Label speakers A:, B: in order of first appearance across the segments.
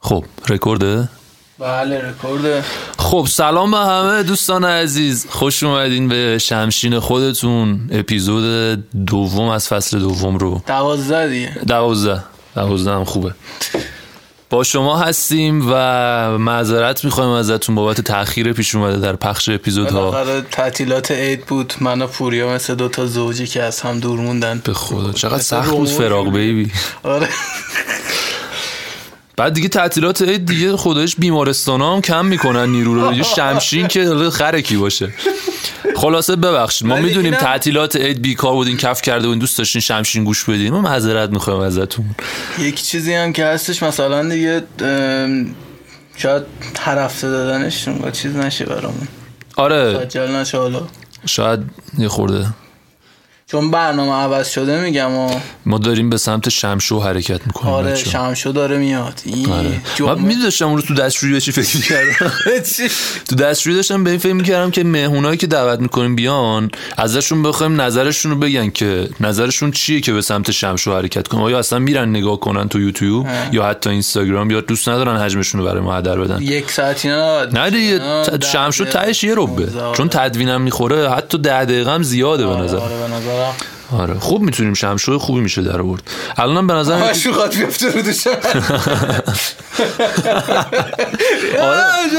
A: خب رکورده
B: بله رکورد
A: خب سلام به همه دوستان عزیز خوش اومدین به شمشین خودتون اپیزود دوم از فصل دوم رو
B: دوازده دیگه
A: دوازده دوازده هم خوبه با شما هستیم و معذرت میخوایم ازتون بابت تاخیر پیش اومده در پخش اپیزودها
B: بالاخره تعطیلات عید بود من و پوریا مثل دوتا زوجی که از هم دور موندن
A: به خدا چقدر سخت بود فراق بیبی
B: آره
A: بعد دیگه تعطیلات عید دیگه خودش بیمارستان هم کم میکنن نیرو رو دیگه شمشین که حالا خرکی باشه خلاصه ببخشید ما
B: ولی
A: میدونیم
B: اینم-
A: تعطیلات عید بیکار بودین کف کرده بودین دوست داشتین شمشین گوش بدین ما معذرت میخوایم ازتون
B: یک چیزی هم که هستش مثلا دیگه ام، شاید هر هفته دادنش اونقدر چیز نشه برامون
A: آره
B: خجل نشه حالا
A: شاید یه خورده
B: چون برنامه عوض شده میگم و
A: ما داریم به سمت شمشو حرکت میکنیم
B: آره شمشو داره میاد این
A: آره. من
B: جمعه-
A: میداشتم اون رو تو دستشویی به چی فکر میکردم
B: چی؟
A: تو دستشویی داشتم به این فکر میکردم که مهمونایی که دعوت میکنیم بیان ازشون بخوایم نظرشون رو بگن که نظرشون چیه که به سمت شمشو حرکت کنن آیا اصلا میرن نگاه کنن تو یوتیوب یا حتی اینستاگرام یا دوست ندارن حجمشون رو برای ما هدر بدن
B: یک ساعتی نه
A: نه دیگه
B: آه،
A: ت-
B: ده
A: شمشو
B: دقیقه،
A: تهش یه ربه
B: پونزده، آره.
A: چون تدوینم میخوره حتی ده دقیقه هم زیاده به نظر
B: آره به نظرم
A: آره خوب میتونیم شمشو خوبی میشه در آورد الانم به نظر میاد-
B: مشروقات آره، بیفته رو دوشم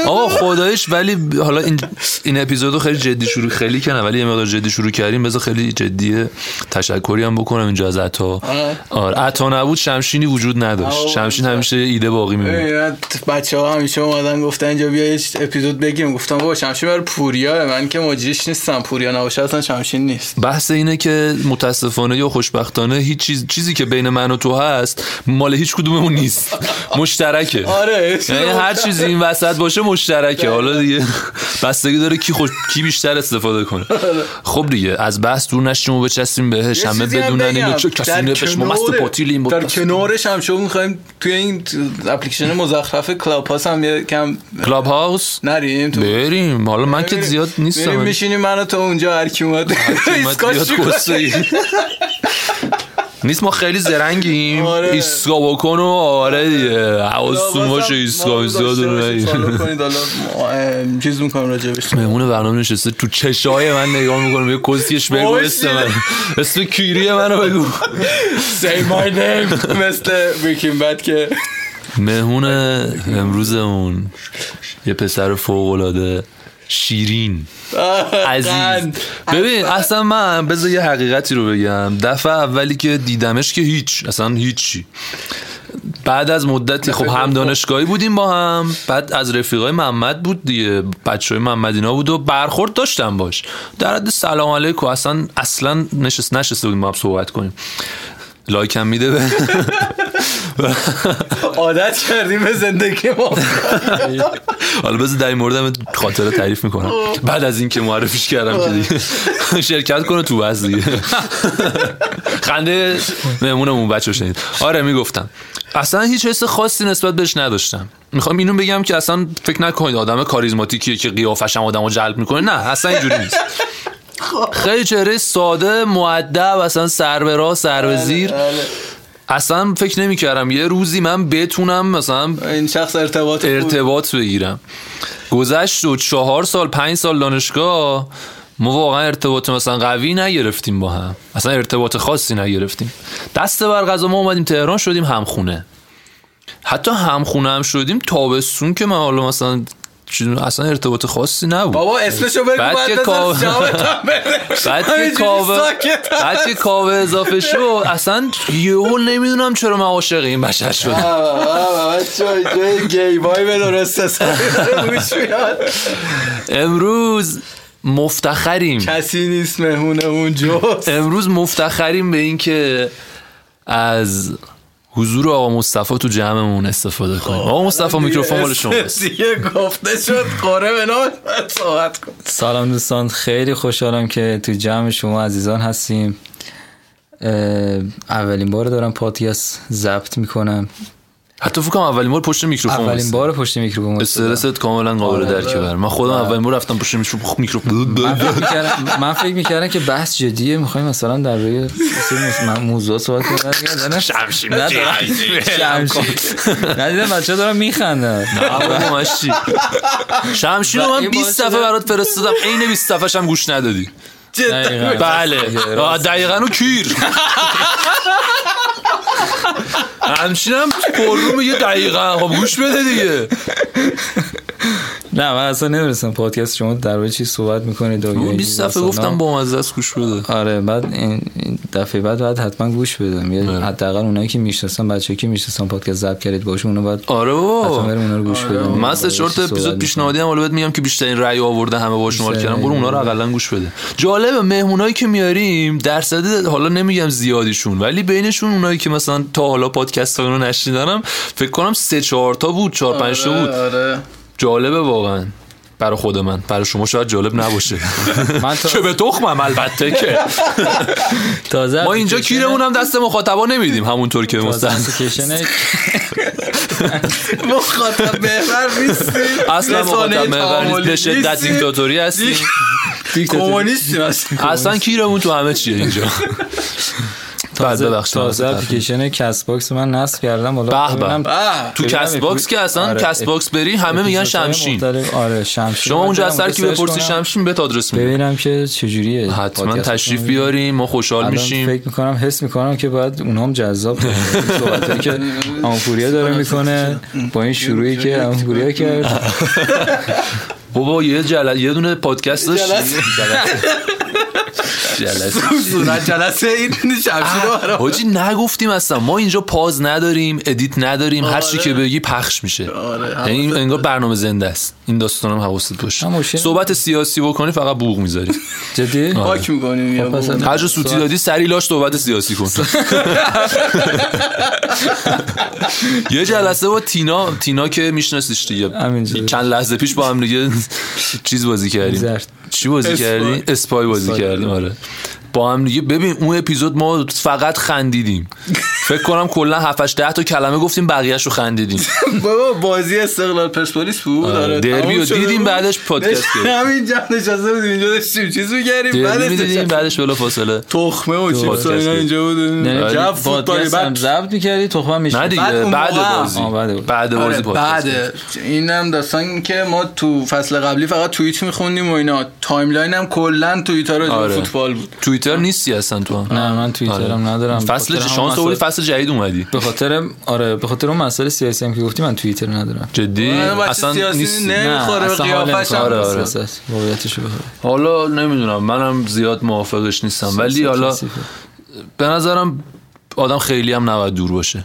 A: آقا خدایش ولی ب- حالا این این اپیزودو خیلی جدی شروع خیلی کنم ولی یه مقدار جدی شروع کردیم بذار خیلی جدیه تشکری هم بکنم اینجا از عطا
B: آره.
A: آره عطا نبود شمشینی وجود نداشت
B: آه،
A: شمشین
B: آه.
A: همیشه ایده باقی میمونه
B: بچه ها همیشه اومدن گفتن اینجا بیا یه اپیزود بگیم گفتم بابا شمشین برای پوریا من که مجریش نیستم پوریا نباشه اصلا شمشین نیست
A: بحث اینه که متاسفانه یا خوشبختانه هیچ چیز چیزی که بین من و تو هست مال هیچ کدوممون نیست مشترکه
B: آره
A: یعنی هر چیزی این وسط باشه مشترکه حالا دیگه بستگی داره کی خوش... کی بیشتر استفاده کنه خب دیگه از بحث دور نشیم و بچسبیم بهش
B: یه
A: همه
B: چیزی هم
A: بدونن
B: بگم.
A: اینو چه کسی
B: در
A: نپش ما مست
B: کنار-
A: پاتیلیم با
B: در کنارش هم شما میخوایم توی این اپلیکیشن مزخرف کلاب هاست هم یه کم
A: کلاب هاوس
B: نریم تو
A: بریم حالا من که زیاد
B: میریم
A: نیستم
B: میشینیم من و تو اونجا هر کی اومد
A: اومد
B: اسکاش
A: بیاد
B: می‌کنه.
A: کسایی. نیست ما خیلی زرنگیم
B: آره.
A: ایسکا بکن و آره دیگه حواستون
B: حواستون
A: باشه
B: آره،
A: ایسکا زیاد رو نگیر.
B: چیز میکنم راجع بهش
A: مهمون برنامه نشسته تو چشای من نگاه میکنم یه کسیش بگو
B: وای،
A: اسم من اسم کیری منو بگو
B: Say my name مثل بریکین بد که
A: مهمون امروزمون یه پسر فوق العاده شیرین عزیز
B: قند.
A: ببین اصلا من بذار یه حقیقتی رو بگم دفعه اولی که دیدمش که هیچ اصلا هیچی بعد از مدتی خب هم دانشگاهی بودیم با هم بعد از رفیقای محمد بود دیگه بچه های محمد اینا بود و برخورد داشتم باش در حد سلام علیکم اصلا اصلا نشست نشسته بودیم با هم صحبت کنیم لایک هم میده به
B: عادت کردیم به زندگی ما
A: حالا بذار در این مورد هم خاطره تعریف میکنم بعد از اینکه معرفیش کردم که دیگه شرکت کنه تو بس دیگه خنده مهمونمون بچه شنید آره میگفتم اصلا هیچ حس خاصی نسبت بهش نداشتم میخوام اینو بگم که اصلا فکر نکنید آدم کاریزماتیکیه که قیافش هم آدمو جلب میکنه نه اصلا اینجوری نیست خیلی چهره ساده معدب اصلا سر به راه سر به زیر
B: بله.
A: اصلا فکر نمیکردم یه روزی من بتونم مثلا
B: بله. این شخص ارتباط خوب-
A: ارتباط بگیرم گذشت و چهار سال پنج سال دانشگاه ما واقعا ارتباط مثلا قوی نگرفتیم با هم اصلا ارتباط خاصی نگرفتیم دست بر غذا ما اومدیم تهران شدیم همخونه حتی همخونه هم شدیم تابستون که من حالا مثلا چیز- اصلا ارتباط خاصی نبود
B: بابا اسمشو بگو
A: بعد
B: بعد
A: که کاو-
B: بذار جوابتم بره
A: بعد که
B: همینجوری
A: کاوه
B: ساکت.
A: بعد که کاوه اضافه شد اصلا یهو نمیدونم چرا من عاشق این بشر شدم
B: آه، آه، آه، چه- چه گیبای به درسته سر گوش میاد
A: امروز مفتخریم
B: کسی نیست مهمون اونجاست
A: امروز مفتخریم به این که از حضور آقا مصطفی تو جمعمون استفاده کنیم
C: خب.
A: آقا مصطفی میکروفون مال شماست
B: دیگه گفته شد قره به نام من صحبت کن
C: سلام دوستان خیلی خوشحالم که تو جمع شما عزیزان هستیم اه، اولین بار دارم پادکست ضبط میکنم
A: حتی فکر کنم اولین بار پشت میکروفون
C: اولین
A: هستم.
C: بار پشت میکروفون
A: استرست کاملا قابل
C: آره.
A: درکه برم من خودم اولین بار رفتم پشت خب، میکروفون میکروفون
C: می‌کردم- من فکر میکردم که بحث جدیه میخوایم مثلا در روی سری مس- من- موضوع صحبت کنیم نه،
A: شمشیر
C: نه، دارم- شمشیر. ندیدم بچه دارم میخندم
A: آقا ماشی شمشیر رو
C: و
A: من
C: این
A: 20
C: باعث شده-
A: صفحه برات فرستادم عین 20 صفحه‌ش هم گوش ندادی بله آه، دقیقا و کیر همچین هم پرروم یه دقیقا خب گوش بده دیگه
C: نه من اصلا نمیرسم پادکست شما در روی چی صحبت میکنید و یا
A: اون 20
C: این
A: صفحه
C: داستانا.
A: گفتم با مزه است گوش بده
C: آره بعد این این دفعه بعد بعد حتما گوش بدم یا
A: آره.
C: حداقل اونایی که میشناسم بچه‌ای که میشناسم پادکست ضبط کردید باشون اونو بعد
A: آره
C: حتما
A: بابا
C: بریم اونا رو گوش بدم
A: من سه آره. چهار تا اپیزود پیشنهادی هم حالا بهت میگم که بیشترین رأی آورده همه باشون حال
C: بیشترین
A: کردم برو اونا رو اقلا گوش بده جالبه مهمونایی که میاریم درصد حالا نمیگم زیادیشون ولی بینشون اونایی که مثلا تا حالا پادکست رو نشنیدنم فکر کنم سه چهار تا بود چهار پنج تا بود
B: آره
A: جالبه واقعا برای خود من برای شما شاید جالب نباشه
C: من
A: که
C: تا-
A: به تخمم البته که
C: تازه
A: ما اینجا کیرمون هم دست مخاطبا نمیدیم همونطور که
C: تازه
A: مستحق
C: اپلیکیشن
B: مخاطب بهتر نیستیم
A: اصلا مخاطب محور نیست به شدت دیکتاتوری هستیم
B: کمونیستیم اصلا
A: اصلا کیرمون تو همه چیه اینجا بعد ببخشید
C: تازه اپلیکیشن کس باکس من نصب کردم
A: به
C: حالا
A: به.
C: ببینم-
B: آه.
A: تو
C: ببینم
A: کست باکس
C: اپی-
A: که اصلا
C: آره،
A: کست باکس بری همه میگن
C: اپیزودهای
A: شمشین
C: مختلف- آره شمشین
A: شما اونجا از
C: برم،
A: سر کی
C: سرچ
A: بپرسی
C: کنم،
A: شمشین بهت آدرس میده
C: ببینم که چجوریه
A: حتما
C: پادکستتون.
A: تشریف بیاریم ما خوشحال
C: الان
A: میشیم
C: فکر میکنم حس میکنم که باید اونا هم جذاب باشه. این صحبتایی که آمپوریا داره میکنه با این شروعی که آمپوریا کرد
A: بابا یه جلسه یه دونه پادکست داشت
B: جلسه.
A: جلسه
B: صورت جلسه این شمشیر رو برام.
A: حاجی نگفتیم اصلا ما اینجا پاز نداریم ادیت نداریم هر چی
B: آره.
A: که بگی پخش میشه
B: آره.
A: یعنی انگار برنامه زنده است این داستانم حواست باشه
C: هم مشکل
A: صحبت سیاسی بکنی فقط بوق میذاری
C: جدی
A: آره.
B: پاک میکنیم یا
A: خب،
C: پس
B: بابا.
A: هر جا سوتی دادی سری لاش صحبت سیاسی کن یه جلسه با تینا تینا که میشناسیش دیگه
C: همینجوری.
A: چند لحظه پیش با هم دیگه چیز بازی کردیم
C: زرد.
A: چی بازی
B: اسپای.
A: کردیم اسپای بازی کردیم آره با هم دیگه ببین اون اپیزود ما فقط خندیدیم فکر کنم کلا 7 8 10 تا کلمه گفتیم بقیه‌شو خندیدیم
B: بابا بازی استقلال پرسپولیس بود
A: آره،
B: آره
A: دربی
B: تموم
A: رو
B: شده
A: دیدیم،
B: بود.
A: بعدش پادکست
B: نش-
A: گرفت.
B: همینجا نشسته بودیم اینجا داشتیم چیز می‌کردیم
A: دیدیم
B: بعدش
A: می‌دیدیم،
B: نشستیم.
A: بعدش بلا فاصله
B: تخمه و چیپس
A: پادکست
B: و اینا
A: گرفت.
B: اینجا بود
A: آره.
C: یعنی
B: جو
C: پادکست
B: فوتبالی
C: هم
B: بعد
C: ضبط میکردی تخمه
A: نه
C: میشه
A: دیگه
B: بعد اون
A: بعد
B: موقع-
A: بازی
C: آه، بعد بازی.
A: بعد
B: آره
A: بازی پادکست
B: بعد اینم داستان که ما تو فصل قبلی فقط توییت میخوندیم و اینا تایملاین هم کلا توییتر راجع به
A: آره.
B: فوتبال بود
A: توییتر نیستی اصلا تو هم.
C: نه من
A: آره.
C: توییترم ندارم
A: فصل
C: به
A: چه
C: خاطر
A: شانس
C: همون
A: آوردی
C: مسئله-
A: فصل جدید اومدی
C: به خاطر آره به خاطر اون مسئله سیاسی هم که گفتی من توییتر ندارم
A: جدی
B: آره، بچه
A: اصلا
B: سیاسی
A: نیستی
B: نه. نمیخوره،
C: اصلا حال
B: قیافش هم
A: آره،
C: نمی‌کنه با
A: آره.
C: سیاست. واقعیتشو بخوام.
A: حالا نمیدونم منم زیاد موافقش نیستم ولی حالا
C: سیاسی.
A: به نظرم آدم خیلی هم نباید دور باشه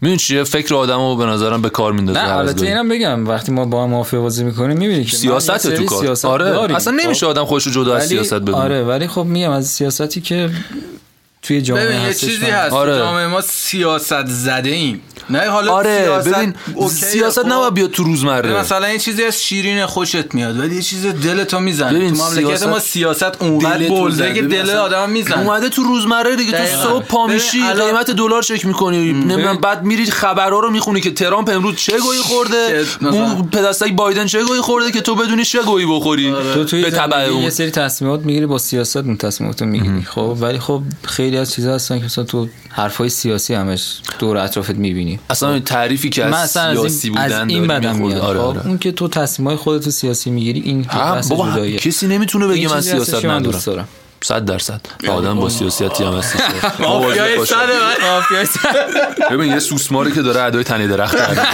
A: میدون چیه فکر آدم رو به نظرم به کار میندازه
C: نه
A: هر از
C: البته
A: گاهی.
C: اینم بگم وقتی ما با هم موافقه بازی میکنیم میبینی که من یه
A: سیاست
C: سری
A: تو کار
C: سیاست
A: آره
C: داریم. خب.
A: اصلا نمیشه آدم خودش رو جدا از
C: ولی-
A: سیاست بدونه
C: آره ولی خب میگم از سیاستی که توی جامعه
B: ببین یه
C: هستش
B: چیزی
C: من-
B: هست
A: آره.
B: جامعه ما سیاست زده ایم نه حالا
A: آره
B: سیاست
A: ببین
B: اوکیه،
A: سیاست
B: خب.
A: نباید بیاد تو
B: ببین،
A: روزمره
B: مثلا یه چیزی از شیرین خوشت میاد ولی یه چیز دلتو میزنه
A: ببین،
B: تو مملکت
A: سیاست-
B: ما سیاست اونقدر
A: دلتون
B: بلده
A: زده.
B: که
A: ببین،
B: دل
A: اصلا
B: آدم میزنه
A: اومده تو روزمره دیگه تو
B: دقیقاً.
A: صبح پا
B: ببین،
A: میشی
B: الان-
A: قیمت دلار چک میکنی نمیدونم
B: ببین.
A: بعد میری خبرها رو میخونی که ترامپ امروز چه گویی خورده
B: چه- مثلا.
A: اون پدستک بایدن چه گویی خورده که تو بدونی چه گویی بخوری
B: آره.
C: تو توی
A: به تبع
C: زندگی
A: اون
C: یه سری تصمیمات میگیری با سیاست اون تصمیمات رو میگیری خب ولی خب خیلی از چیزا هستن که مثلا تو حرفای سیاسی همش دور اطرافت میبینی
A: اصلا این تعریفی که
C: من
A: از
C: اصلا از
A: سیاسی
C: این,
A: بودن
C: از این
A: داری
C: بدم
A: می‌خورد.
C: میاد
A: آره،
C: خب؟
A: آره.
C: اون که تو تصمیمای خودت رو سیاسی میگیری این
A: هم،
C: بحث
A: بابا هم،
C: جداییه.
A: کسی نمیتونه
C: این
A: بگه من
C: چیزی هستش
A: سیاست
C: که من
A: ندارم
C: دوست دارم
A: صد درصد آدم با سیاستی هم هستش مواظب
B: مافیای
A: باشه.
B: سر من
C: مافیای سر-
A: ببین یه سوسماری که داره ادای تنه درخت در میاره.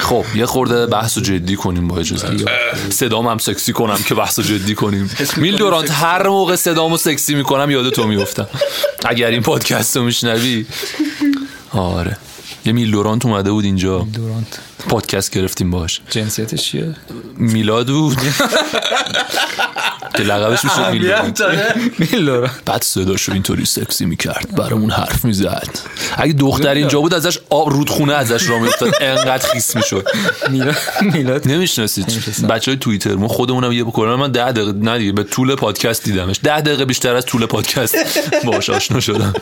A: خب یه خورده بحث رو جدی کنیم با اجازه صدام هم سکسی کنم که بحث رو جدی کنیم میل دورانت هر موقع صدامو سکسی میکنم یاد تو میفتم اگر این پادکست رو میشنوی آره یه میل دورانت اومده بود اینجا
C: دورانت
A: پادکست گرفتیم باش
C: جنسیتش چیه
A: میلاد بود که لقبش میشه میلاد
C: میلورا
A: بعد صداشو اینطوری سکسی میکرد برامون حرف میزد اگه دختر اینجا بود ازش آب رودخونه ازش را میفتاد انقدر خیس میشد
C: میلاد میلاد
A: نمیشناسید
C: نمی‌شناسم.
A: بچه های توییتر ما خودمونم یه بکنم من ده دقیقه نه دیگه به طول پادکست دیدمش ده دقیقه بیشتر از طول پادکست باش آشنا شدم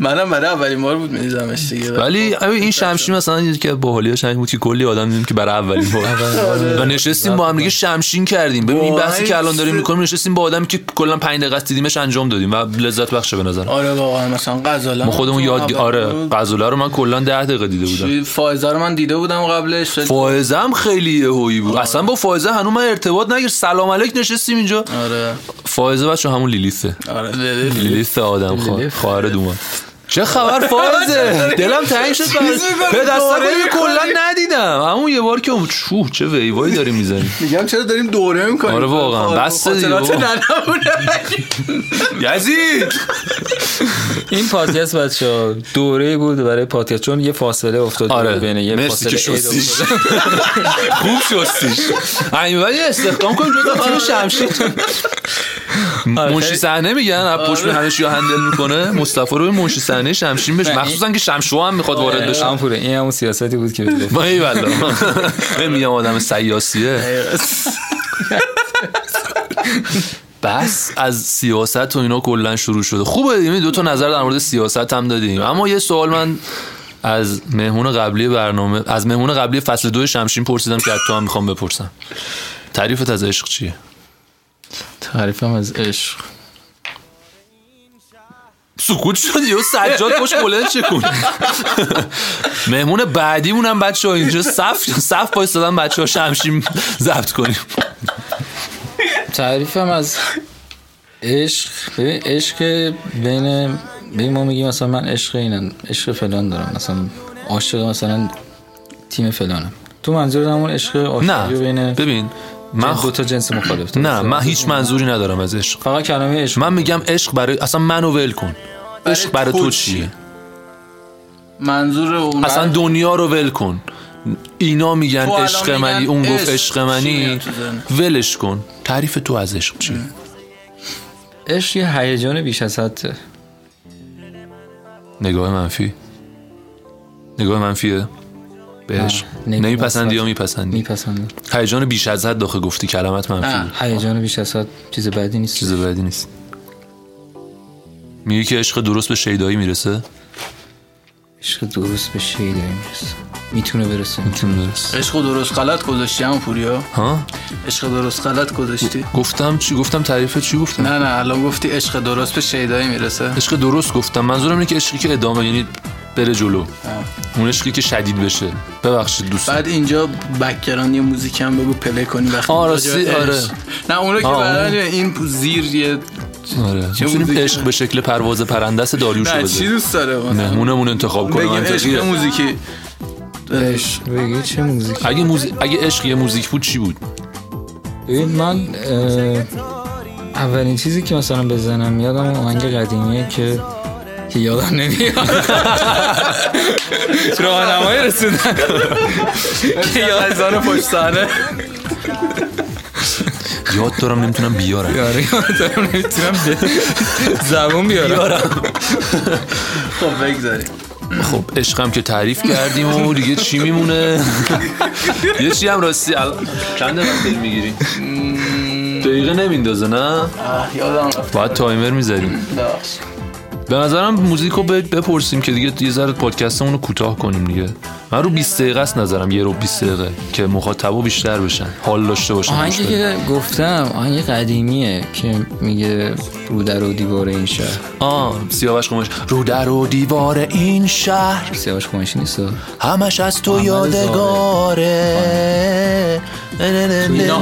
B: منم برای اولین بار بود میدیدمش دیگه
A: ولی ببین این شمشیر مثلا یکی از باحالیاش همین بود که کلی آدم دیدیم که برای اولین بار و نشستیم با هم دیگه شمشین کردیم ببین این
B: وای،
A: بحثی که الان داریم
B: سه-
A: میکنیم نشستیم با آدمی که کلا 5 دقیقه است دیدیمش انجام دادیم و لذت بخشه به نظر من.
B: آره واقعا مثلا غزاله
A: ما خودمون یاد آره
B: بود.
A: غزوله رو من کلا 10 دقیقه دیده بودم
B: چی، فائزه رو من دیده بودم قبلش
A: فائزه هم خیلی یهویی بود اصلا با فائزه هنوز من ارتباط نگیر سلام علیک نشستیم اینجا
B: آره
A: فائزه بچه همون لیلیثه
B: آره لیلی.
A: لیلیث آدم خواهر
C: لیلیث.
A: خواهر دومان چه خبر فائزه دلم تنگ شد برات.
B: می‌کنی؟
A: پدستم
B: دوره
A: رو
B: می‌کنی؟
A: کلا ندیدم همون یه بار که اومد، چوه چه ویوایی داریم میزنیم
B: میگم چرا داریم دوره میکنیم
A: آره واقعا، بسه دیگه بابا. یزید
C: این پادکست بچه ها دوره بود برای پادکست چون یه فاصله افتاد
A: آره
C: بین یه
A: مرسی
C: فاصله
A: که
C: عید
A: شستیش
C: افتاد.
A: خوب شستیش همین ولی استخدام کنیم جدا تیم شمشیر
C: آره،
A: منشی
C: خیلی-
A: صحنه میگن از پشت همش یا هندل میکنه مصطفی رو به منشی صحنه شمشین بشه
C: نه، این-
A: مخصوصا که شمشو هم میخواد وارد بشه
C: همون پوره این همون سیاستی بود که می‌گفت.
A: آره. با ای والا من میگم آدم سیاسیه بس از سیاست و اینا کلا شروع شده خوبه دیگه یعنی دو تا نظر در مورد سیاست هم دادیم اما یه سوال من از مهمون قبلی برنامه از مهمون قبلی فصل دو شمشین پرسیدم که از تو هم میخوام بپرسم تعریفت از عشق چیه
B: تعریفم از عشق
A: سکوت شد یه سجاد پشت بلند چه کن مهمون بعدیمون هم بچه ها اینجا صف صف پایستادن بچه ها شمشیم ضبط کنیم
C: تعریفم از عشق ببین عشق بین ببین ما میگیم مثلا من عشق اینم عشق فلان دارم مثلا عاشق مثلا تیم فلانم تو منظور همون عشق
A: نه
C: عاشقی بین
A: ببین من
C: من
A: خ-
C: دو تا جنس مخالف درسته؟
A: نه من هیچ منظوری ندارم از عشق
C: فقط کلمه عشق
A: من میگم عشق برای اصلا منو ول کن عشق برای تو چیه
B: منظور اون
A: اصلا دنیا رو ول کن اینا میگن
B: تو الان
A: عشق
B: میگن
A: منی اون گفت
B: عشق.
A: عشق
B: چی میاد
A: منی
B: تو ذهنت؟
A: ولش کن تعریف تو از عشق چیه
C: عشق یه هیجان بیش از حده
A: نگاه منفی نگاه منفیه به عشق
C: نگاه
A: نمیپسندی یا
C: مثبت.
A: میپسندی
C: میپسندم
A: هیجان بیش از حد داخل گفتی کلمت منفی
B: نه.
A: بود.
C: هیجان بیش از حد چیز بدی نیست
A: چیز بعدی نیست میگی که عشق درست به شیدایی میرسه
C: عشق درست به شی داریم میتونه برسه
A: درست
B: عشق و درست غلط گذاشتی هم پوریا
A: ها
B: عشق درست غلط گذاشتی
A: گفتم چی گفتم تعریف چی گفتم
B: نه نه الان گفتی عشق درست به شیدایی میرسه
A: عشق درست گفتم منظورم اینه که عشقی که ادامه یعنی بره جلو اون عشقی که شدید بشه ببخشید دوست
B: بعد اینجا بکگراند یه موزیک هم بگو پلی کنی وقتی
A: آه،
B: راجع به
A: راستی، آره.
B: عشق. نه اون رو که
A: آه، اون.
B: برای این زیر یه
A: آره
B: چه
A: میتونیم
B: موزیکی؟
A: عشق به شکل پرواز پرندس داریوش رو
B: نه چی
A: بذاریم
B: دوست داره مثلا
A: مهمونمون انتخاب کنه
B: بگیم عشق
A: منطقیه
B: موزیکی
C: عشق بگی چه موزیک
A: اگه موزیک اگه عشق یه موزیک بود چی بود
C: ببین من اه، اولین چیزی که مثلا بزنم یادم اون آهنگ قدیمیه که که یادم نمیاد راهنمایی رسوندن که یاد زن پشت سحنه
A: یاد دارم نمیتونم بیارم
C: یاری یادم نمیتونم به زبون بیارم
B: خب بگذاریم
A: خب عشقم که تعریف کردیم و دیگه چی میمونه یه چی هم راستی ال- چند دقیقه میگیری دقیقه نمیندازه نه
B: آه، یادم رفت
A: باید تایمر میذاریم
B: ببخش.
A: به نظرم موزیک رو ب- بپرسیم که دیگه یه ذره پادکستمون رو کوتاه کنیم دیگه من رو 20 دقیقه است نظرم یه رو 20 دقیقه که مخاطبا بیشتر بشن حال داشته باشن گوش
C: آهنگی
A: بدن.
C: که گفتم آهنگ قدیمیه که میگه رو در و دیوار این شهر
A: آه سیاوش قماش رو در و دیوار این شهر
C: سیاوش خماشی نیست
A: همش از تو
C: محمد زاهد.
A: یادگاره
C: این
A: همینه.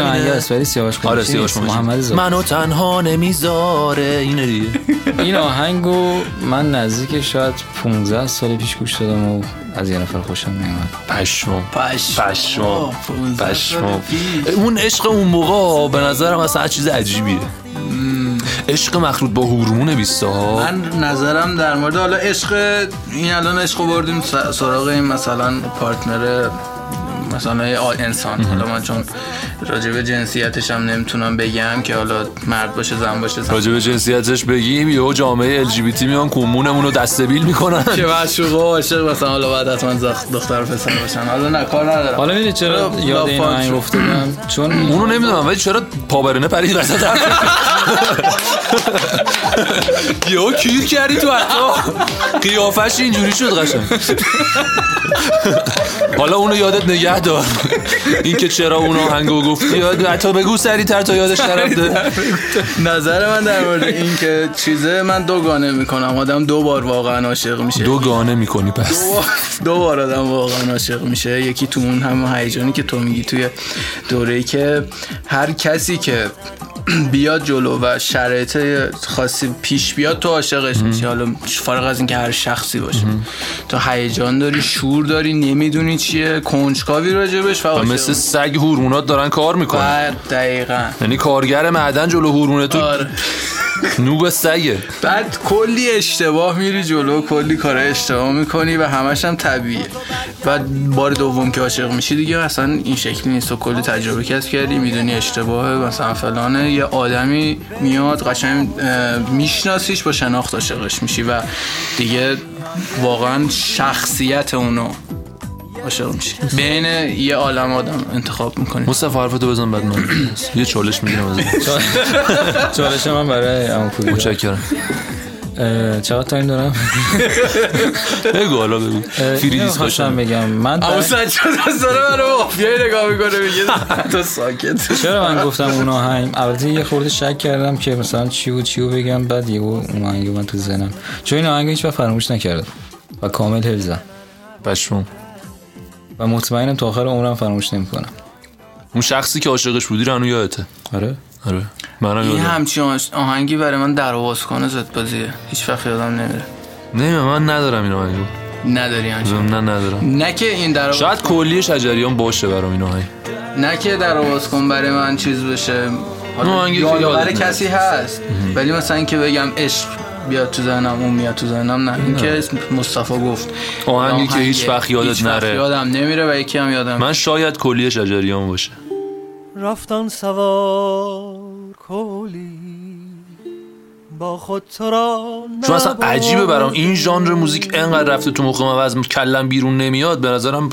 C: آهنگ هست ولی سیاوش
A: آره
C: خماشی
A: سیاوش
C: نیست
A: قماش.
C: محمد زاهد
A: منو تنها نمیذاره اینه دیگه
C: این آهنگو من نزدیک شاید 15 سال پیش گوش دادم و از یه نفر خوشم نمیاد
A: پشمام
B: پش
A: پشمام
B: آه، 15 سال
A: پشمام
B: پیش.
A: اون عشق اون موقع ها به نظرم اصلا چیز عجیبیه عشق مخلوط با هورمون 20 ها
B: من نظرم در مورد حالا عشق این الان عشق رو بردیم س- سراغ این مثلا پارتنر مثلا یه آ- انسان حالا من چون راجب جنسیتش هم نمیتونم بگم که حالا مرد باشه زن باشه زن
A: راجع به جنسیتش بگیم یهو جامعه LGBT میان کمونمون رو دستبیل میکنن
B: که معشوق و عاشق مثلا حالا بعد حتما زخ- دختر و پسر باشن حالا نه کار ندارم
C: حالا میدونی چرا
B: حالا
C: یاد این
B: لافان
C: آهنگ
B: شد.
C: افتادم چون
A: اونو نمیدونم ولی چرا پابرنه پرید وسط یهو کیر کردی تو حتی قیافش اینجوری شد قشنگ حالا اونو یادت نگه دار اینکه چرا اون آهنگو گفتی یاد حتی بگو سریعتر تا یادش نرفته
B: نظر من در مورد این که چیزه من دو گانه میکنم آدم دو بار واقعا عاشق میشه
A: دو گانه میکنی پس
B: دو بار آدم واقعا عاشق میشه یکی تو اون هم هیجانی که تو میگی توی دوره که هر کسی که بیاد جلو و شرایط خاصی پیش بیاد تو عاشقش میشی حالا فارغ از اینکه هر شخصی باشه تو هیجان داری شور داری نمیدونی چیه کنجکاوی راجبش و عاشق
A: مثل سگ هورمونات دارن کار میکنن
B: بعد دقیقا
A: یعنی کارگر معدن جلو هورمون تو
B: آره.
A: نوب سگه
B: بعد کلی اشتباه میری جلو کلی کار اشتباه میکنی و همش هم طبیعیه بعد بار دوم که عاشق میشی دیگه اصلا این شکلی نیست و کلی تجربه کسب کردی میدونی اشتباهه مثلا فلانه یه آدمی میاد قشنگ اه، میشناسیش با شناخت عاشقش میشی و دیگه واقعا شخصیت اونو عاشق میشی بین یه عالم آدم انتخاب میکنی
A: مصطفی حرفتو بزن بعد من یه چالش میگیرم ازت
C: چالش من برای عمو پوریا.
A: متشکرم
C: اه، چقدر تایم دارم
A: بگو حالا بگو
C: اه، اینو
A: فریز
C: خواستم
A: باشم
C: بگم من
B: اما
C: برای-
B: سجاد داره من رو مافیایی نگاه میکنه میگه تو ساکت
C: چرا من گفتم اون آهنگ البته یه خورده شک کردم که مثلا چیو چیو بگم بعد یهو اون آهنگ من تو زنم چون این آهنگ هیچ وقت فراموش نکردم و کامل حفظم
A: پشمام
C: و مطمئنم تا آخر عمرم فراموش نمیکنم
A: اون شخصی که عاشقش بودی رو هنوز یادته
C: آره
A: آره منم
B: این
A: یادم
B: همچین آهنگ- آهنگی برای من در آواز کنه زد بازیه هیچ وقت یادم نمیره
A: نه من ندارم اینو آهنگو
B: نداری آنچه
A: نه ندارم
B: نه که این در آواز-
A: شاید کلی شجریان باشه برام این آهنگ
B: نه که در آواز کن برای من چیز بشه
A: اون
B: حالا
A: آهنگی که
B: یادآور
A: یادت
B: کسی هست ولی مثلا اینکه بگم عشق بیاد تو ذهنم اون میاد تو ذهنم نه این که مصطفی گفت
A: آهنگی که هیچ وقت یادت
B: هیچ وقت
A: نره.
B: یادم نمیره و یکی هم یادم
A: من شاید کلی شجریان باشه
D: رفتن سوار کلی با خود تو را
A: چون اصلا عجیبه برام این ژانر موزیک انقدر رفته تو مخ من و از کلم بیرون نمیاد به نظرم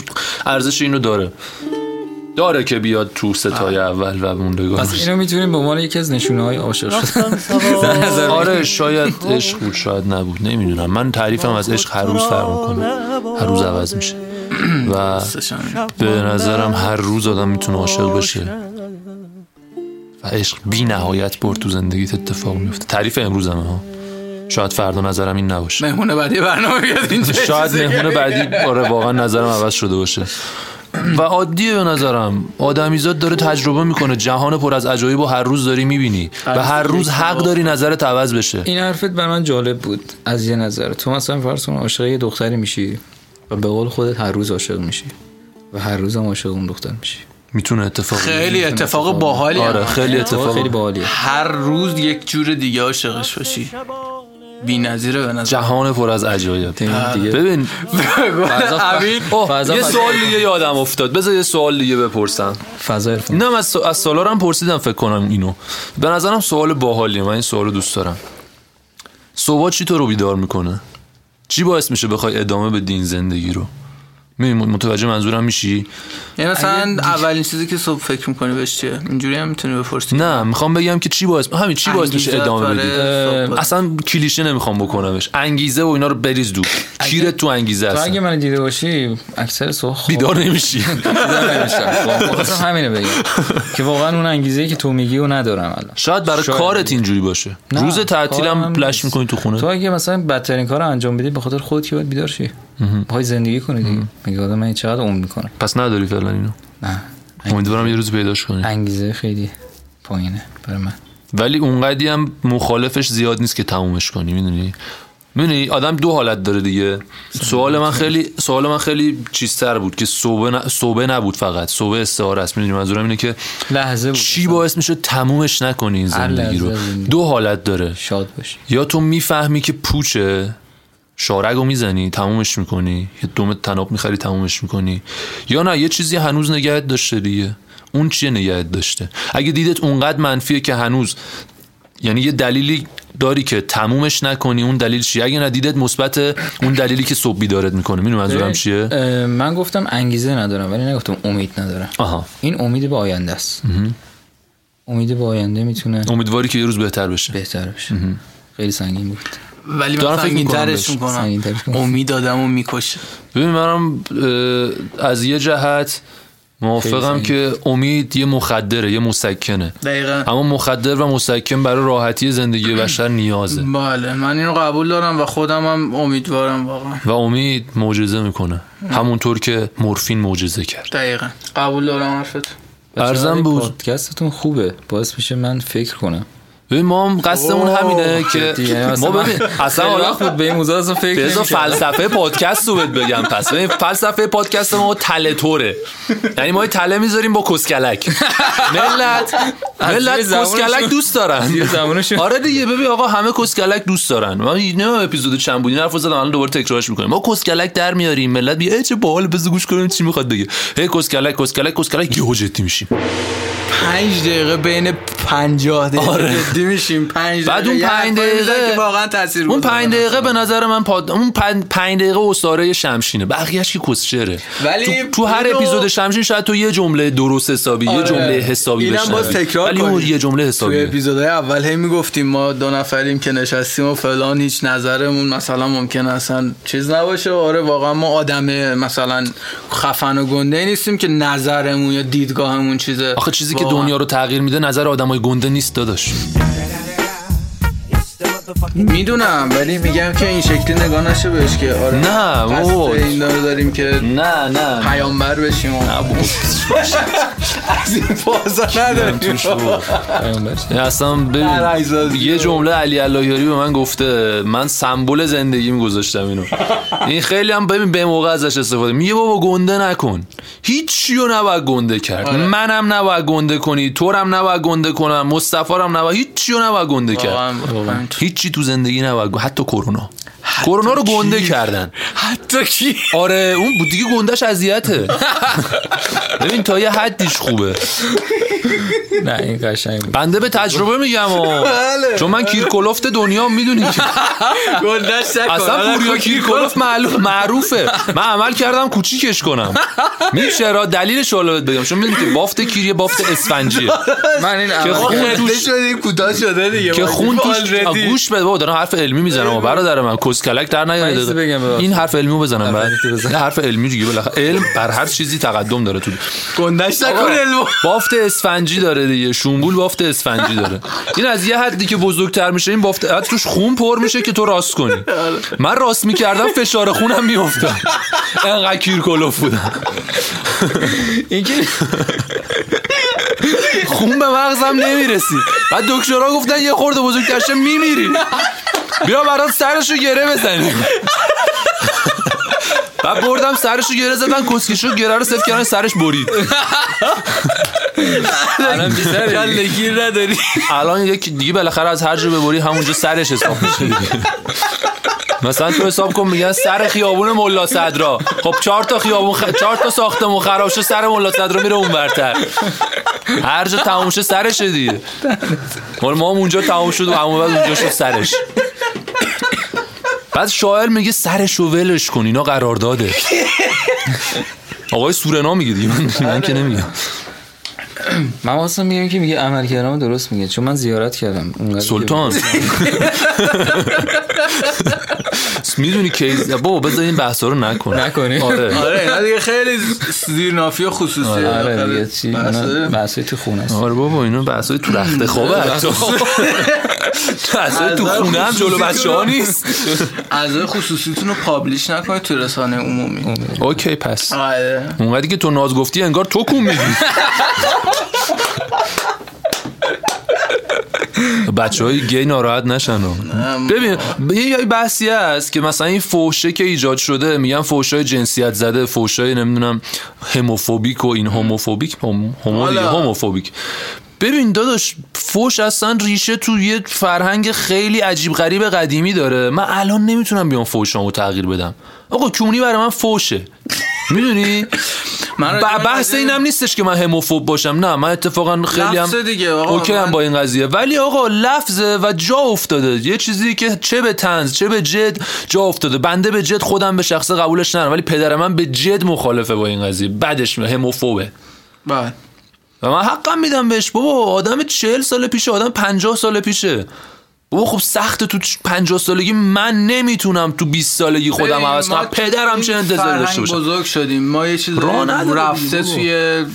A: ارزش اینو داره داره که بیاد تو ستای اول و موندگار
C: پس اینو میتونیم به عنوان یکی از نشونه های عاشق شدن
D: رفتن سوار
A: آره شاید عشق بود شاید نبود نمیدونم من تعریفم از عشق هر روز فرق میکنه هر روز عوض میشه و
B: هست
A: به نظرم هر روز آدم میتونه عاشق بشه و عشق بی نهایت برد تو زندگیت اتفاق میفته تعریف امروزمه ها شاید فردا نظرم این نباشه
B: مهمونه بعدی برنامه بیاد اینجا
A: شاید مهمون بعدی آره واقعا نظرم عوض شده باشه و عادیه به نظرم آدمیزاد داره تجربه میکنه جهان پر از عجایب و هر روز داری میبینی و هر روز حق داری نظرت عوض بشه
C: این حرفت بر من جالب بود از یه نظر تو مثلا فرض کن عاشق یه دختری میشی و به قول خودت هر روز عاشق میشی و هر روزم عاشق اون دختر میشی
A: میتونه اتفاق بیفته.
B: خیلی اتفاق باحالی
A: آره خیلی
C: اتفاق
A: اتفاق
C: خیلی باحالیه
B: هر روز یک جور دیگه عاشقش باشی بی نظیره به نظر
A: جهان پر از عجایب
C: دیگه- دیگه
A: ببین
B: امین
A: اوه،
C: فضا
A: یه
C: فضا.
A: سوال دیگه یادم افتاد بذار یه سوال دیگه بپرسم
C: فضا عرفان.
A: نه من از, از سالارم پرسیدم فکر کنم اینو به نظرم سوال باحالیه من این سوال رو دوست دارم صبح چی تو رو بیدار میکنه چی باعث میشه بخوای ادامه بدی این زندگی رو می‌بینی، متوجه منظورم میشی
B: یعنی مثلا اولین چیزی که صبح فکر میکنی بهش چیه اینجوری هم میتونی بپرسی
A: نه میخوام بگم که چی باعث همین چی باعث میشه
B: انگیزه
A: ادامه
B: برای
A: بدی
B: صبح.
A: اصلا کلیشه نمیخوام بکنمش انگیزه و اینا رو بریز دور کیرت تو انگیزه
C: تو
A: است
C: اگه من دیده باشی اکثر صبح خواب
A: بیدار نمیشی
C: بیدار نمی‌شم. خب، خواستم همینه بگم که واقعا اون انگیزه که تو میگی و ندارم الان
A: شاید برای
C: شاید.
A: کارت اینجوری باشه
C: نه،
A: روز
C: کارم
A: تعطیلم
C: هم
A: لش
C: نیست.
A: میکنی تو خونه
C: تو اگه مثلا بدترین کار رو انجام بدی به خاطر خودت که باید بیدار شی بخوای زندگی کنی دیگه میگه آدم من چقدر عمر میکنه
A: پس نداری فعلا اینو
C: نه
A: امیدوارم یه روز پیداش کنی
C: انگیزه خیلی پایینه برای من
A: ولی اونقدی هم مخالفش زیاد نیست که تمومش کنی میدونی میدونی آدم دو حالت داره دیگه سوال من خیلی سوال من خیلی چیزتر بود که صوبه, ن... صوبه نبود فقط صوبه استعاره است میدونی منظورم اینه که
C: لحظه بود
A: چی باعث میشه تمومش نکنی این
C: هر
A: زندگی
C: لحظه
A: رو
C: زندگی.
A: دو حالت داره
C: شاد باشی
A: یا تو میفهمی که پوچه شارگ رو میزنی تمومش میکنی یه دوم تناب میخری تمومش میکنی یا نه یه چیزی هنوز نگهت داشته دیگه اون چیه نگهت داشته اگه دیدت اونقدر منفیه که هنوز یعنی یه دلیلی داری که تمومش نکنی اون دلیل چیه اگه ندیدت مثبت اون دلیلی که صبح بیدارت میکنه میدونی منظورم چیه
C: اه، من گفتم انگیزه ندارم ولی نگفتم امید ندارم
A: آها
C: این امید به آینده است امید به آینده میتونه
A: امیدواری که یه روز بهتر بشه
C: بهتر بشه خیلی سنگین بود
B: ولی من
A: دارم فکر می‌کنم
B: سنگین‌ترش
A: بهش.
B: میکنم
C: سنگین‌ترش می‌کنم.
B: امید آدمو میکشه
A: ببین منم اه، از یه جهت موافقم
C: خیلی
A: که امید یه مخدره یه مسکنه
B: دقیقا
A: اما مخدر و مسکن برای راحتی زندگی بشر نیازه
B: بله من اینو قبول دارم و خودم هم امیدوارم واقعا
A: و امید معجزه میکنه همونطور که مورفین معجزه کرد
B: دقیقا قبول دارم حرفت
A: ارزم
C: چقدر
A: بود
C: پادکستتون خوبه باعث میشه من فکر کنم
A: ببین ما هم قصدمون
B: اوه.
A: همینه که
C: یعنی
A: ما
C: من-
A: ببین اصلا
C: خیلی
A: حالا
C: وقت بود به این موضوع اصلا فکر
A: بذار
C: نمی‌کردم.
A: فلسفه پادکست رو بهت بگم پس ببین فلسفه پادکست ما تله توره یعنی ما یه تله میذاریم با کسکلک ملت ملت
C: زبونشون-
A: کسکلک دوست دارن
C: زیر زبونشون.
A: آره دیگه ببین آقا همه کسکلک دوست دارن من نمیدونم اپیزود چند بود این حرفو زدم الان دوباره تکرارش میکنیم ما کسکلک در میاریم ملت میگه ای چه باحال بذار گوش کنیم چی میخواد بگه هی کسکلک کسکلک کسکلک یهو جدی میشیم
B: پنج دقیقه بین پنجاه دقیقه جدی میشیم پنج
A: آره. بعد اون
B: دقیقه. یه
A: پنج
B: حرفایی می‌زنی
A: دقیقه-
B: که واقعا تاثیر
A: اون پنج دقیقه به نظر من پاد... اون پن- پنج دقیقه اساره شمشینه بقیه‌اش که کسچره
B: ولی
A: تو, تو هر
B: اینو-
A: اپیزود شمشین شاید تو یه جمله درست حسابی یه
B: آره.
A: جمله حسابی
B: اینم
A: بشنوی
B: باز تکرار
A: ولی اون
B: کنی.
A: یه جمله
B: تو
A: حسابی
B: اپیزودهای اول هی میگفتیم ما دو نفریم که نشستیم و فلان هیچ نظرمون مثلا ممکن اصلا چیز نباشه آره واقعا ما آدم مثلا خفن و گنده نیستیم که نظرمون یا دیدگاهمون چیزه
A: آخه چیزی که
B: واقعاً.
A: دنیا رو تغییر میده نظر آدمای گنده نیست داداش
B: میدونم ولی میگم که این شکلی نگاه نشه بهش که آره
A: نه،
B: قصد
A: بابا.
B: این داره داریم که
A: نه نه
B: پیامبر بشیم و از این فازا نداریم
C: پیامبر.
A: یعنی اصلا
B: هر
A: ببین
B: عیزازی
A: یه جمله علی اللهیاری به من گفته من سمبل زندگیم گذاشتم اینو این خیلی هم ببین به موقع ازش استفاده میگه بابا گنده نکن هیچی رو نباید گنده کرد
B: آره.
A: منم نباید گنده کنی تو رو هم نباید گنده کنم مصطفی رو هم نباید هیچی رو نباید گنده کرد
B: واقعاً، واقعاً.
A: هیچی تو زندگی نباید گنده- حتی کرونا کرونا رو گنده کردن
B: حتی کی
A: آره اون بود دیگه گندش اذیته ببین تا یه حدیش خوبه
C: نه این قشنگ بود
A: بنده به تجربه میگم و
B: بله.
A: چون من کیرکلفت دنیا میدونی که
B: گندش نکن
A: اصلا
B: آره،
A: پوریا کیرکلوف معلوم معروفه من عمل کردم کوچیکش کنم میشه را دلیلش رو حالا بهت بگم چون میدونی که بافت کیریه بافت اسفنجیه
C: من این
A: که
C: اول
A: خون
B: خونده
A: توش
B: شدی کوتاه شده دیگه
A: که خون توش آه،
B: آلردی.
A: گوش بده بابا دارم حرف علمی میزنم برادر من کسکلک در
C: من یه چیزی بگم
A: نیاره
C: ببخشید.
A: این حرف علمی رو بزنم بعد
C: حرف علمی بزن.
A: نه، حرف علمی دیگه بالاخره علم بر هر چیزی تقدم داره تو
B: گندش نکن الو
A: بافت اسفنجی داره دیگه شونبول بافت اسفنجی داره این از یه حدی که بزرگتر میشه این بافت حد توش خون پر میشه که تو راست کنی
C: آره.
A: من راست میکردم فشار خونم میافتاد انقدر کیرکلوف بودم
C: این که
A: خون به مغزم نمیرسید بعد دکترها گفتن یه خورده بزرگتر شه میمیری بیا برات سرشو گره بزنیم بعد بردم سرشو گره زدن کسکشو گره رو صفر کردن سرش برید
C: الان بیشتر
B: گیر نداری
A: الان یک دیگه بالاخره از هر جا ببری همونجا سرش حساب میشه دیگه. مثلا تو حساب کن میگن سر خیابون ملا صدرا خب چهار تا خیابون خ... چهار تا ساختمون خراب شه سر ملا صدرا میره اون برتر هر جا تموم شه سرشه دیگه مال ما هم اونجا تموم شد و همون بعد اونجا شد سرش بعد شاعر میگه سرش رو ولش کن اینا قرار داده آقای سورنا میگه دیگه من, من که نمیگم
C: من واسه میگم که میگه عمل کردم درست میگه چون من زیارت کردم اونقدر که-
A: سلطان میدونی کی بابا بذار این بحثا رو نکن
C: نکنیم.
A: آره
B: آره اینا دیگه خیلی زیرنافی و خصوصی
C: آره دیگه چی
B: بحثه.
C: بحثی تو خونه است
A: آره بابا اینا بحثای تو رخت خوابه حتی. بحثای تو خونه هم جلو بچه ها نیست
B: اعضای خصوصیتون رو پابلیش نکنید تو رسانه عمومی
A: اوکی پس
B: آره
A: اونقدری که تو ناز گفتی انگار تو کون میگی بچه های گی ناراحت نشن و- ببین ب- یه یه بحثی هست که مثلا این فوشه که ایجاد شده میگن فوشای جنسیت زده فوشای نمیدونم هموفوبیک و این هموفوبیک هم- همو دیگه،
B: حالا.
A: هموفوبیک ببین داداش فوش اصلا ریشه تو یه فرهنگ خیلی عجیب غریب قدیمی داره من الان نمیتونم بیام فوشامو تغییر بدم آقا کونی برای من فوشه میدونی
B: من راجع
A: ب-
B: به
A: بحث
B: قضیه-
A: اینم نیستش که من هموفوب باشم نه من اتفاقا خیلی هم
B: لفظ دیگه آقا
A: اوکی هم
B: من-
A: با این قضیه ولی آقا لفظه و جا افتاده یه چیزی که چه به تنز چه به جد جا افتاده بنده به جد خودم به شخص قبولش ندارم ولی پدر من به جد مخالفه با این قضیه بدش میاد هموفوبه
B: بله
A: و من حقم میدم بهش بابا آدم چهل سال پیشه آدم پنجاه سال پیشه بابا خب سخته تو پنجاه سالگی من نمیتونم تو 20 سالگی خودم
B: ببین،
A: عوض
B: ما
A: کنم پدرم
B: این
A: چه انتظار
B: فرهنگ
A: داشته باشه
B: بزرگ شدیم ما یه چیز
A: راه نداره
B: رفته
A: دیگه،
B: توی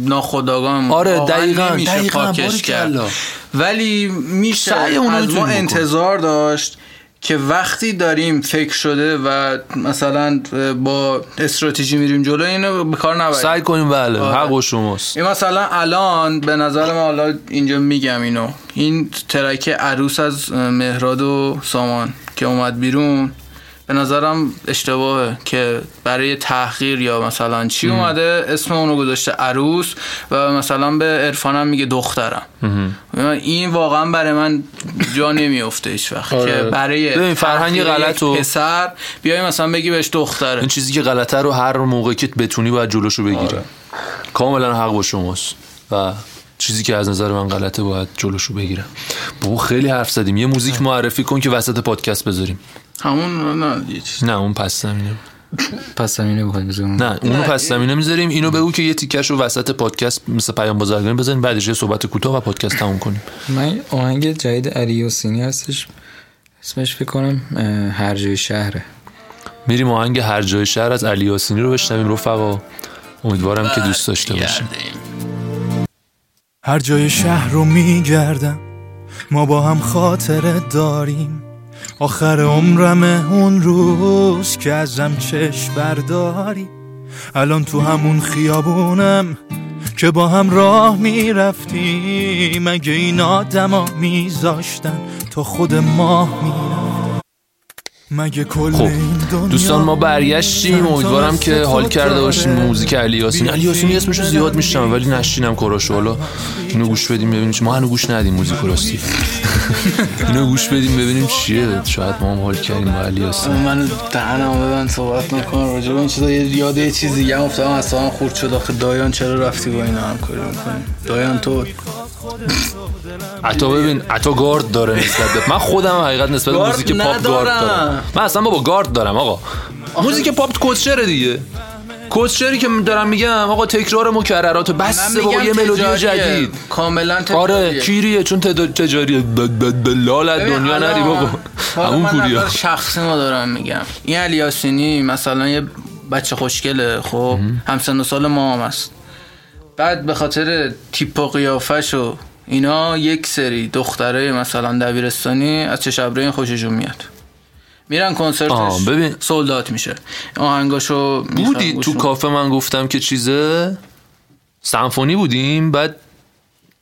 B: ناخداگان
A: آره، دقیقاً، دقیقاً،
B: پاکش کرد
A: باریکلا.
B: ولی میشه
A: سعی اونو
B: از ما
A: می‌تونیم بکنیم.
B: انتظار داشت که وقتی داریم فکر شده و مثلا با استراتژی میریم جلو اینو به کار نبریم
A: سعی کنیم بله
B: آره.
A: حق با شماست
B: این مثلا الان به نظر من حالا اینجا میگم اینو این ترک عروس از مهراد و سامان که اومد بیرون به نظرم اشتباهه که برای تحقیر یا مثلا چی اومده اسم اونو گذاشته عروس و مثلا به عرفانم میگه دخترم این واقعا برای من جا نمیفته هیچ وقت
C: آره.
B: که برای
A: ببین، فرهنگ
B: تحقیر
A: غلط
B: یک
A: و-
B: پسر بیای مثلا بگی بهش دختره
A: این چیزی که غلطه رو هر موقع که بتونی باید جلوشو بگیری
B: آره.
A: کاملا حق با شماست و چیزی که از نظر من غلطه باید جلوشو بگیرم بابا خیلی حرف زدیم یه موزیک معرفی کن که وسط پادکست بذاریم
B: همون نه یه چیز.
A: نه اون پس زمینه
C: پس زمینه بخوایم بزنیم
A: نه اونو پس زمینه میذاریم اینو بگو که یه تیکش رو وسط پادکست مثل پیام بازرگانی بزنیم بعدش یه صحبت کوتاه و پادکست تموم کنیم
C: من یه آهنگ جدید علیوسینی هستش اسمش فکر کنم اه، هر جای شهره
A: میریم آهنگ هر جای شهر از علی یاسینی رو بشنویم رفقا امیدوارم که دوست داشته باشیم
E: هر جای شهر رو میگردم ما با هم خاطره داریم آخر عمرم اون روز که ازم چشم برداری الان تو همون خیابونم که با هم راه میرفتیم اگه این آدما میذاشتن تا خود ما میرفتیم مگه کل
A: خب،
E: این دنیا
A: دوستان ما برگشتیم امیدوارم که حال کرده باشیم به موزیک علی یاسین علی یاسینی اسمشو زیاد میشنم ولی نشینم کاراشو حالا اینو گوش بدیم ببینیم چی- ما هنو گوش ندیم موزیک رو راستی اینو گوش بدیم ببینیم چیه شاید ما هم حال کردیم با علی یاسین
B: من دهنم ببند صحبت نکن راجع به این چیزا یه- یاد یه چیز دیگه هم افتادم اصلا خورد شد آخه دایان چرا رفتی با این هم کاری میکنی دایان تو
A: عطا ببین عطا گارد داره نسبت به- من خودم حقیقت نسبت به
B: گارد
A: موزیک پاپ گارد
B: ندارم.
A: دارم من اصلا بابا گارد دارم آقا موزیک پاپ کوچره دیگه کوچری که دارم میگم آقا تکرار مکررات بس بابا یه ملودی
B: تجاریه.
A: جدید
B: کاملا تجاریه
A: آره کیریه چون تعداد تجاری بلال از
B: ببین،
A: دنیا نری
B: الان-
A: بابا
B: حالا
A: همون
B: من
A: پوریا
B: نظر شخصی ما دارم میگم این علی یاسینی مثلا یه بچه خوشگله خب همسن و سال ما هم است بعد به خاطر تیپ و قیافش و اینا یک سری دختره مثلا دبیرستانی از چشبره خوششون میاد میرن
A: آه،
B: کنسرتش
A: ببین.
B: سولدات میشه آهنگاشو میخرن
A: بودی تو
B: گوش
A: کافه من گفتم که چیزه سمفونی بودیم بعد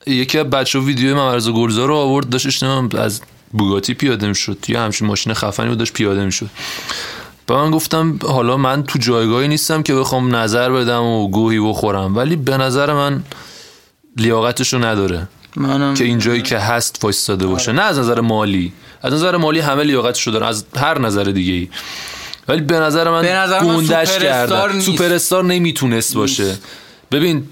A: یکی از بچه ویدیو ممرز گلزار رو آورد داشت اشتباه از بوگاتی پیاده میشد یه همچین ماشین خفنی بود داشت پیاده میشد به من گفتم حالا من تو جایگاهی نیستم که بخوام نظر بدم و گوهی بخورم ولی به نظر من لیاقتشو نداره
B: می‌کنن. منم
A: که اینجایی که هست وایستاده
B: آره.
A: باشه نه از نظر مالی از نظر مالی همه لیاقتشو دارن از هر نظر دیگه ای ولی به نظر من,
B: به نظر من
A: گندش
B: سوپر استار
A: کردن
B: نیست.
A: سوپر استار نمیتونست باشه ببین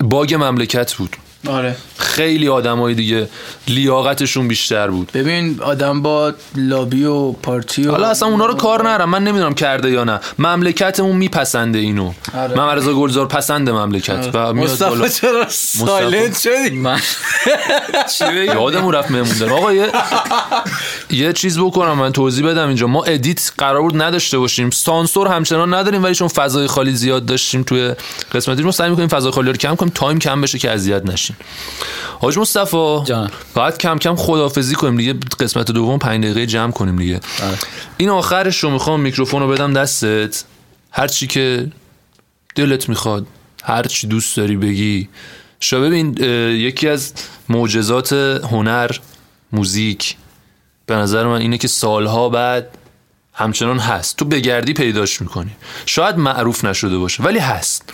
A: باگ مملکت بود
B: آره
A: خیلی آدمای دیگه لیاقتشون بیشتر بود
B: ببین آدم با لابی و پارتی و
A: حالا اصلا اونا رو کار نرم من نمیدونم کرده یا نه مملکتمون میپسنده اینو
B: آره.
A: آره. گلزار پسند مملکت و میاد بالا.
B: مصطفی چرا سایلنت شدی
C: من
A: یادمون رفت مهمون داریم آقا یه یه چیز بکنم من توضیح بدم اینجا ما ادیت قرار بود نداشته باشیم سانسور همچنان نداریم ولی چون فضای خالی زیاد داشتیم توی قسمتی ما سعی می‌کنیم فضای خالی رو کم کنیم تایم کم بشه که اذیت نشین حاج مصطفی
C: جان.
A: بعد کم کم خدافزی کنیم دیگه قسمت دوم 5 دقیقه جمع کنیم دیگه این آخرش رو میخوام میکروفون رو بدم دستت هر چی که دلت میخواد هر چی دوست داری بگی شو ببین اه، یکی از معجزات هنر موزیک به نظر من اینه که سالها بعد همچنان هست تو بگردی پیداش میکنی شاید معروف نشده باشه ولی هست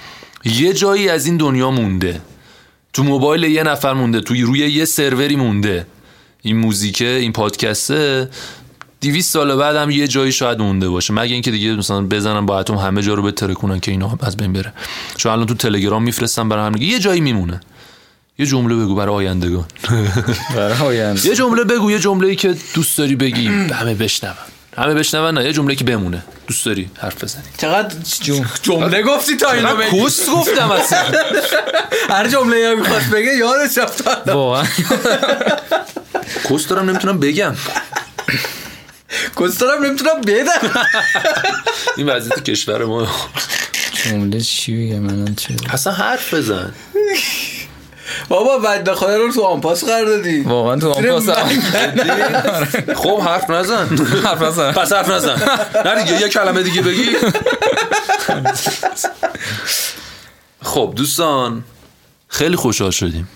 A: یه جایی از این دنیا مونده تو موبایل یه نفر مونده توی روی یه سروری مونده این موزیکه این پادکسته 200 سال بعد هم یه جایی شاید مونده باشه مگه اینکه دیگه مثلا بزنن با اتم همه جا رو بتره کنن که اینا هم از بین بره چون الان تو تلگرام میفرستن برای هم دیگه. یه جایی میمونه یه جمله بگو برای آیندگان
C: برای آینده.
A: یه جمله بگو یه جمله ای که دوست داری بگی همه بشنون همه بشنون نه یه جمله که بمونه دوست داری حرف بزنی
B: چقدر جمله گفتی تا اینو بگی
A: کس گفتم اصلا
B: هر جمله یا میخواست بگه یادش رفت
C: واقعا
A: کس دارم نمیتونم بگم
B: کسترم نمیتونم بدم
A: این وضعیت کشور ما
C: جمله چی بگم الان چه
A: اصلا حرف بزن
B: بابا بنده خدا رو تو آنپاس قرار دادی
C: واقعا تو آن پاس
A: خب حرف نزن
C: حرف نزن.
A: پس حرف نزن نه دیگه یه کلمه دیگه بگی خب دوستان خیلی خوشحال شدیم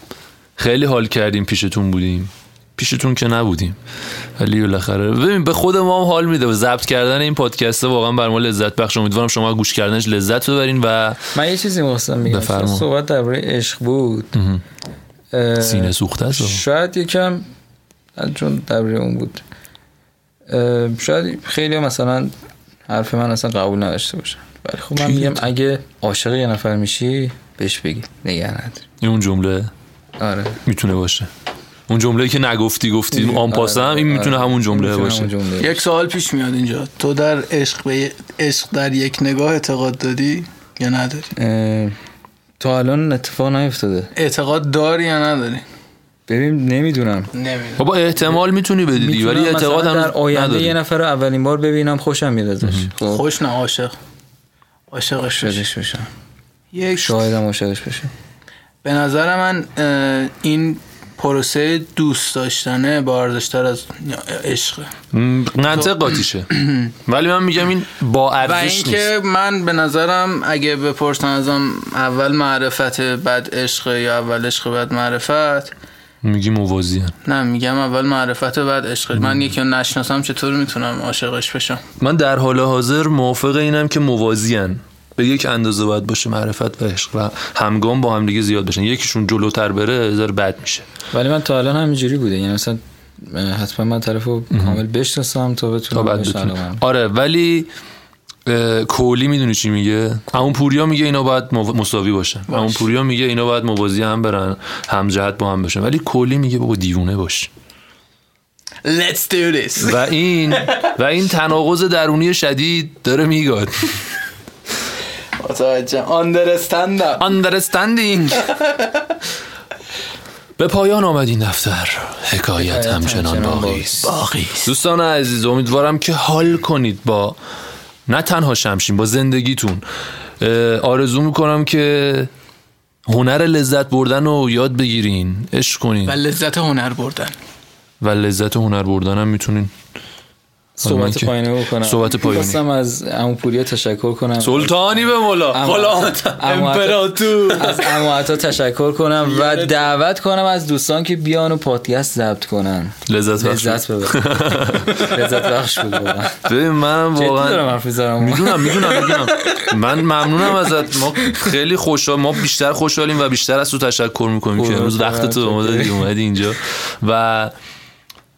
A: خیلی حال کردیم پیشتون بودیم پیشتون که نبودیم ولی بالاخره ببین به خود ما هم حال میده و ضبط کردن این پادکست واقعا بر ما لذت بخش امیدوارم شما گوش کردنش لذت ببرین و
C: من یه چیزی می‌خواستم بگم
A: بفرما.
C: صحبت درباره عشق بود اه،
A: سینه سوخته است
C: شاید یکم چون درباره اون بود اه، شاید خیلی مثلا حرف من اصلا قبول نداشته باشن ولی خب من میگم اگه عاشق یه نفر میشی بهش بگی نگه نداری
A: این اون جمله
C: آره
A: میتونه باشه اون جمله که نگفتی گفتی آن پاسم این میتونه همون جمله
C: آره، می‌تونه
A: باشه
C: همون جمله
B: یک سوال پیش میاد اینجا تو در عشق به عشق در یک نگاه اعتقاد دادی یا نداری
C: اه، تا الان اتفاق نیفتاده
B: اعتقاد داری یا نداری
C: ببین نمیدونم
B: نمیدونم
A: بابا احتمال میتونی بدی دیگه، ولی
C: می‌تونم
A: اعتقاد
C: مثلا
A: هنوز
C: در آینده
A: نداری.
C: یه نفر رو اولین بار ببینم خوشم میاد ازش خب
B: خوش نه عاشق عاشقش بشی.
C: شدش بشم
B: یک
C: شاهدم عاشقش بشه
B: به نظر من اه، این پروسه دوست داشتنه با ارزشتر از عشقه
A: منطق قاطیشه ولی من میگم این با
B: و
A: ارزش نیست
B: اینکه من به نظرم اگه بپرسن ازم اول معرفت بعد عشق یا اول عشق بعد معرفت
A: میگی موازی
B: نه میگم اول معرفت بعد عشق من یکی رو نشناسم چطور میتونم عاشقش بشم
A: من در حال حاضر موافق اینم که موازی به یک اندازه باید باشه معرفت و عشق و همگام با همدیگه زیاد بشن یکیشون جلوتر بره هزار بد میشه
C: ولی من تا الان همینجوری بوده یعنی مثلا اه، حتما من طرف رو کامل بشناسم تا
A: تا
C: بتونم
A: بعد
C: بهش
A: بتونی.
C: علاقه کنم.
A: آره ولی اه، کولی میدونی چی میگه همون پوریا میگه اینا باید مو- مساوی باشن همون پوریا میگه اینا باید موازی هم برن همجهت با هم بشن ولی کولی میگه بابا دیوونه باش
B: Let's do this
A: و این و این تناقض درونی شدید داره میگاد
B: متوجه understand
A: understanding به پایان آمد این دفتر حکایت همچنان
C: همچنان
A: باقی
C: باقی
A: است دوستان عزیز امیدوارم که حال کنید با نه تنها شمشین با زندگیتون اه، آرزو میکنم که هنر لذت بردن رو یاد بگیرین عشق
B: و
C: بله.
A: کنین
B: لذت هنر بردن
A: و لذت هنر بردن هم میتونین من
C: صحبت
A: که-
C: پایانی بکنم
A: صحبت پایانی.
C: خواستم از عمو پوریا تشکر کنم
A: سلطانی به مولا
C: عمو-
A: غلامت
C: عمو عطا-
A: امپراتور
C: از عمو عطا تشکر کنم و دعوت کنم از دوستان که بیان و پادکست ضبط کنن
A: لذت بخش
C: لذت ببرن لذت بخش بود واقعا
A: ببین من
C: جدی
A: واقعا
C: دارم حرف میزنم
A: میدونم میدونم میدونم من ممنونم ازت ما خیلی خوشحال ما بیشتر خوشحالیم و بیشتر از تو تشکر میکنیم که
C: قربونت
A: امروز
C: برم.
A: وقت تو به ما دادی اومدی اینجا و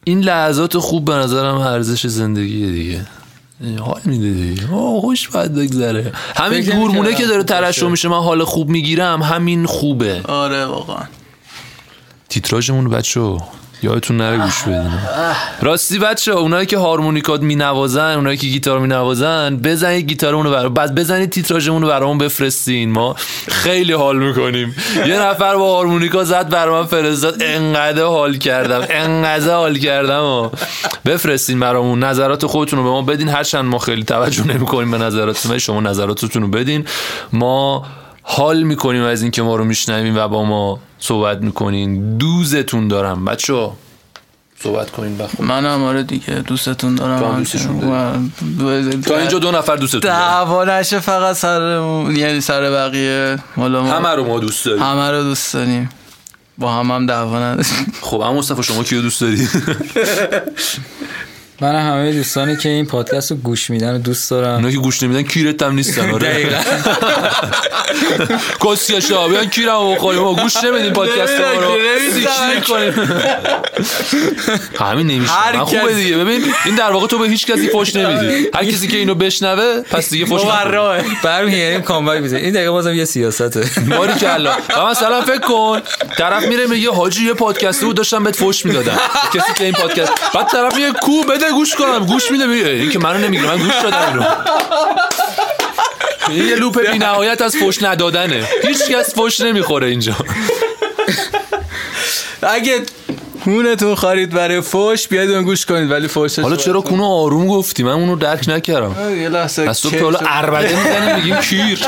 A: این لحظات خوب به نظرم ارزش زندگی دیگه حال میده دیگه آه، خوش باید بگذره همین
C: فکر نمی‌کردم
A: گورمونه که داره
C: خوب باشه.
A: ترشح میشه من حال خوب میگیرم همین خوبه
B: آره واقعا
A: تیتراژمون بچه یادتون نره گوش بدین راستی بچه اونایی که هارمونیکات مینوازن اونایی که گیتار مینوازن بزنید گیتارمون رو برا بعد بزنید تیتراژمون رو برامون بفرستین ما خیلی حال میکنیم یه نفر با هارمونیکا زد برا من فرستاد انقدر حال کردم انقدر حال کردم و بفرستین برامون نظرات خودتون رو به ما بدین هرچند ما خیلی توجه نمیکنیم به نظراتتون ولی شما نظراتتون رو بدین ما حال میکنیم از اینکه ما رو میشنویم و با ما صحبت میکنین دوزتون دارم بچه صحبت کنین و خب
B: منم آره دیگه دوستتون دارم
A: تو هم دوستشون داری.
B: دارم
A: تا اینجا دو نفر دوستتون دارن.
B: دعوا نشه فقط سرمون یعنی سر بقیه مالا ما
A: همه رو ما دوست داریم
B: همه رو دوست داریم با هم هم دعوا نداریم
A: خب اما مصطفی شما کیو دوست داری
C: من و همه دوستانی که این پادکست رو گوش میدن رو دوست دارم
A: اونا که گوش نمیدن کیرت هم نیستن آره
C: دقیقاً.
A: کسیا شا بیان کیرم بخوریم ما گوش نمیدین پادکست ما رو سیکشنی کنیم همین نمیشه
B: هر
A: من خوبه
B: کس-
A: دیگه ببین این در واقع تو به هیچ کسی فوش نمیدی هر کسی که اینو بشنوه پس دیگه فوش نمیدی
C: برمیگردیم کامبک میزنیم این دقیقه بازم یه سیاسته
A: باری کلا و مثلا فکر کن طرف میره میگه حاجی یه پادکست بود داشتم بهت فوش میدادم کسی که این پادکست بعد طرف میگه کو بده گوش کنم گوش میده میگه این که منو نمیگیره من گوش دادم اینو این یه لوپ بی نهایت از فوش ندادنه هیچ کس فوش نمیخوره اینجا
B: اگه خونتون خارید برای فوش بیاید اون گوش کنید ولی فوش
A: حالا چرا کونو آروم گفتی من اونو درک نکردم
B: یه لحظه
A: از تو که حالا عربده میزنیم میگیم کیر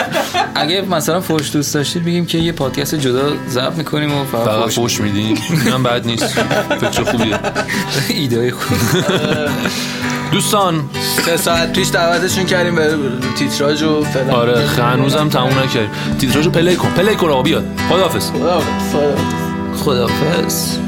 C: اگه مثلا فوش دوست داشتید بگیم که یه پادکست جدا ضبط میکنیم و فقط
A: فقط
C: فحش
A: فوش میدیم اینم بد نیست فکر خوبیه
C: ایده خوب
A: دوستان
B: سه ساعت پیش دعوتشون کردیم به تیتراژ و فلان
A: آره هنوزم تموم نکردیم تیتراژو پلی کن پلی کن آقا بیاد خداحافظ
B: خدا حافظ. خدا حافظ.
C: خدافز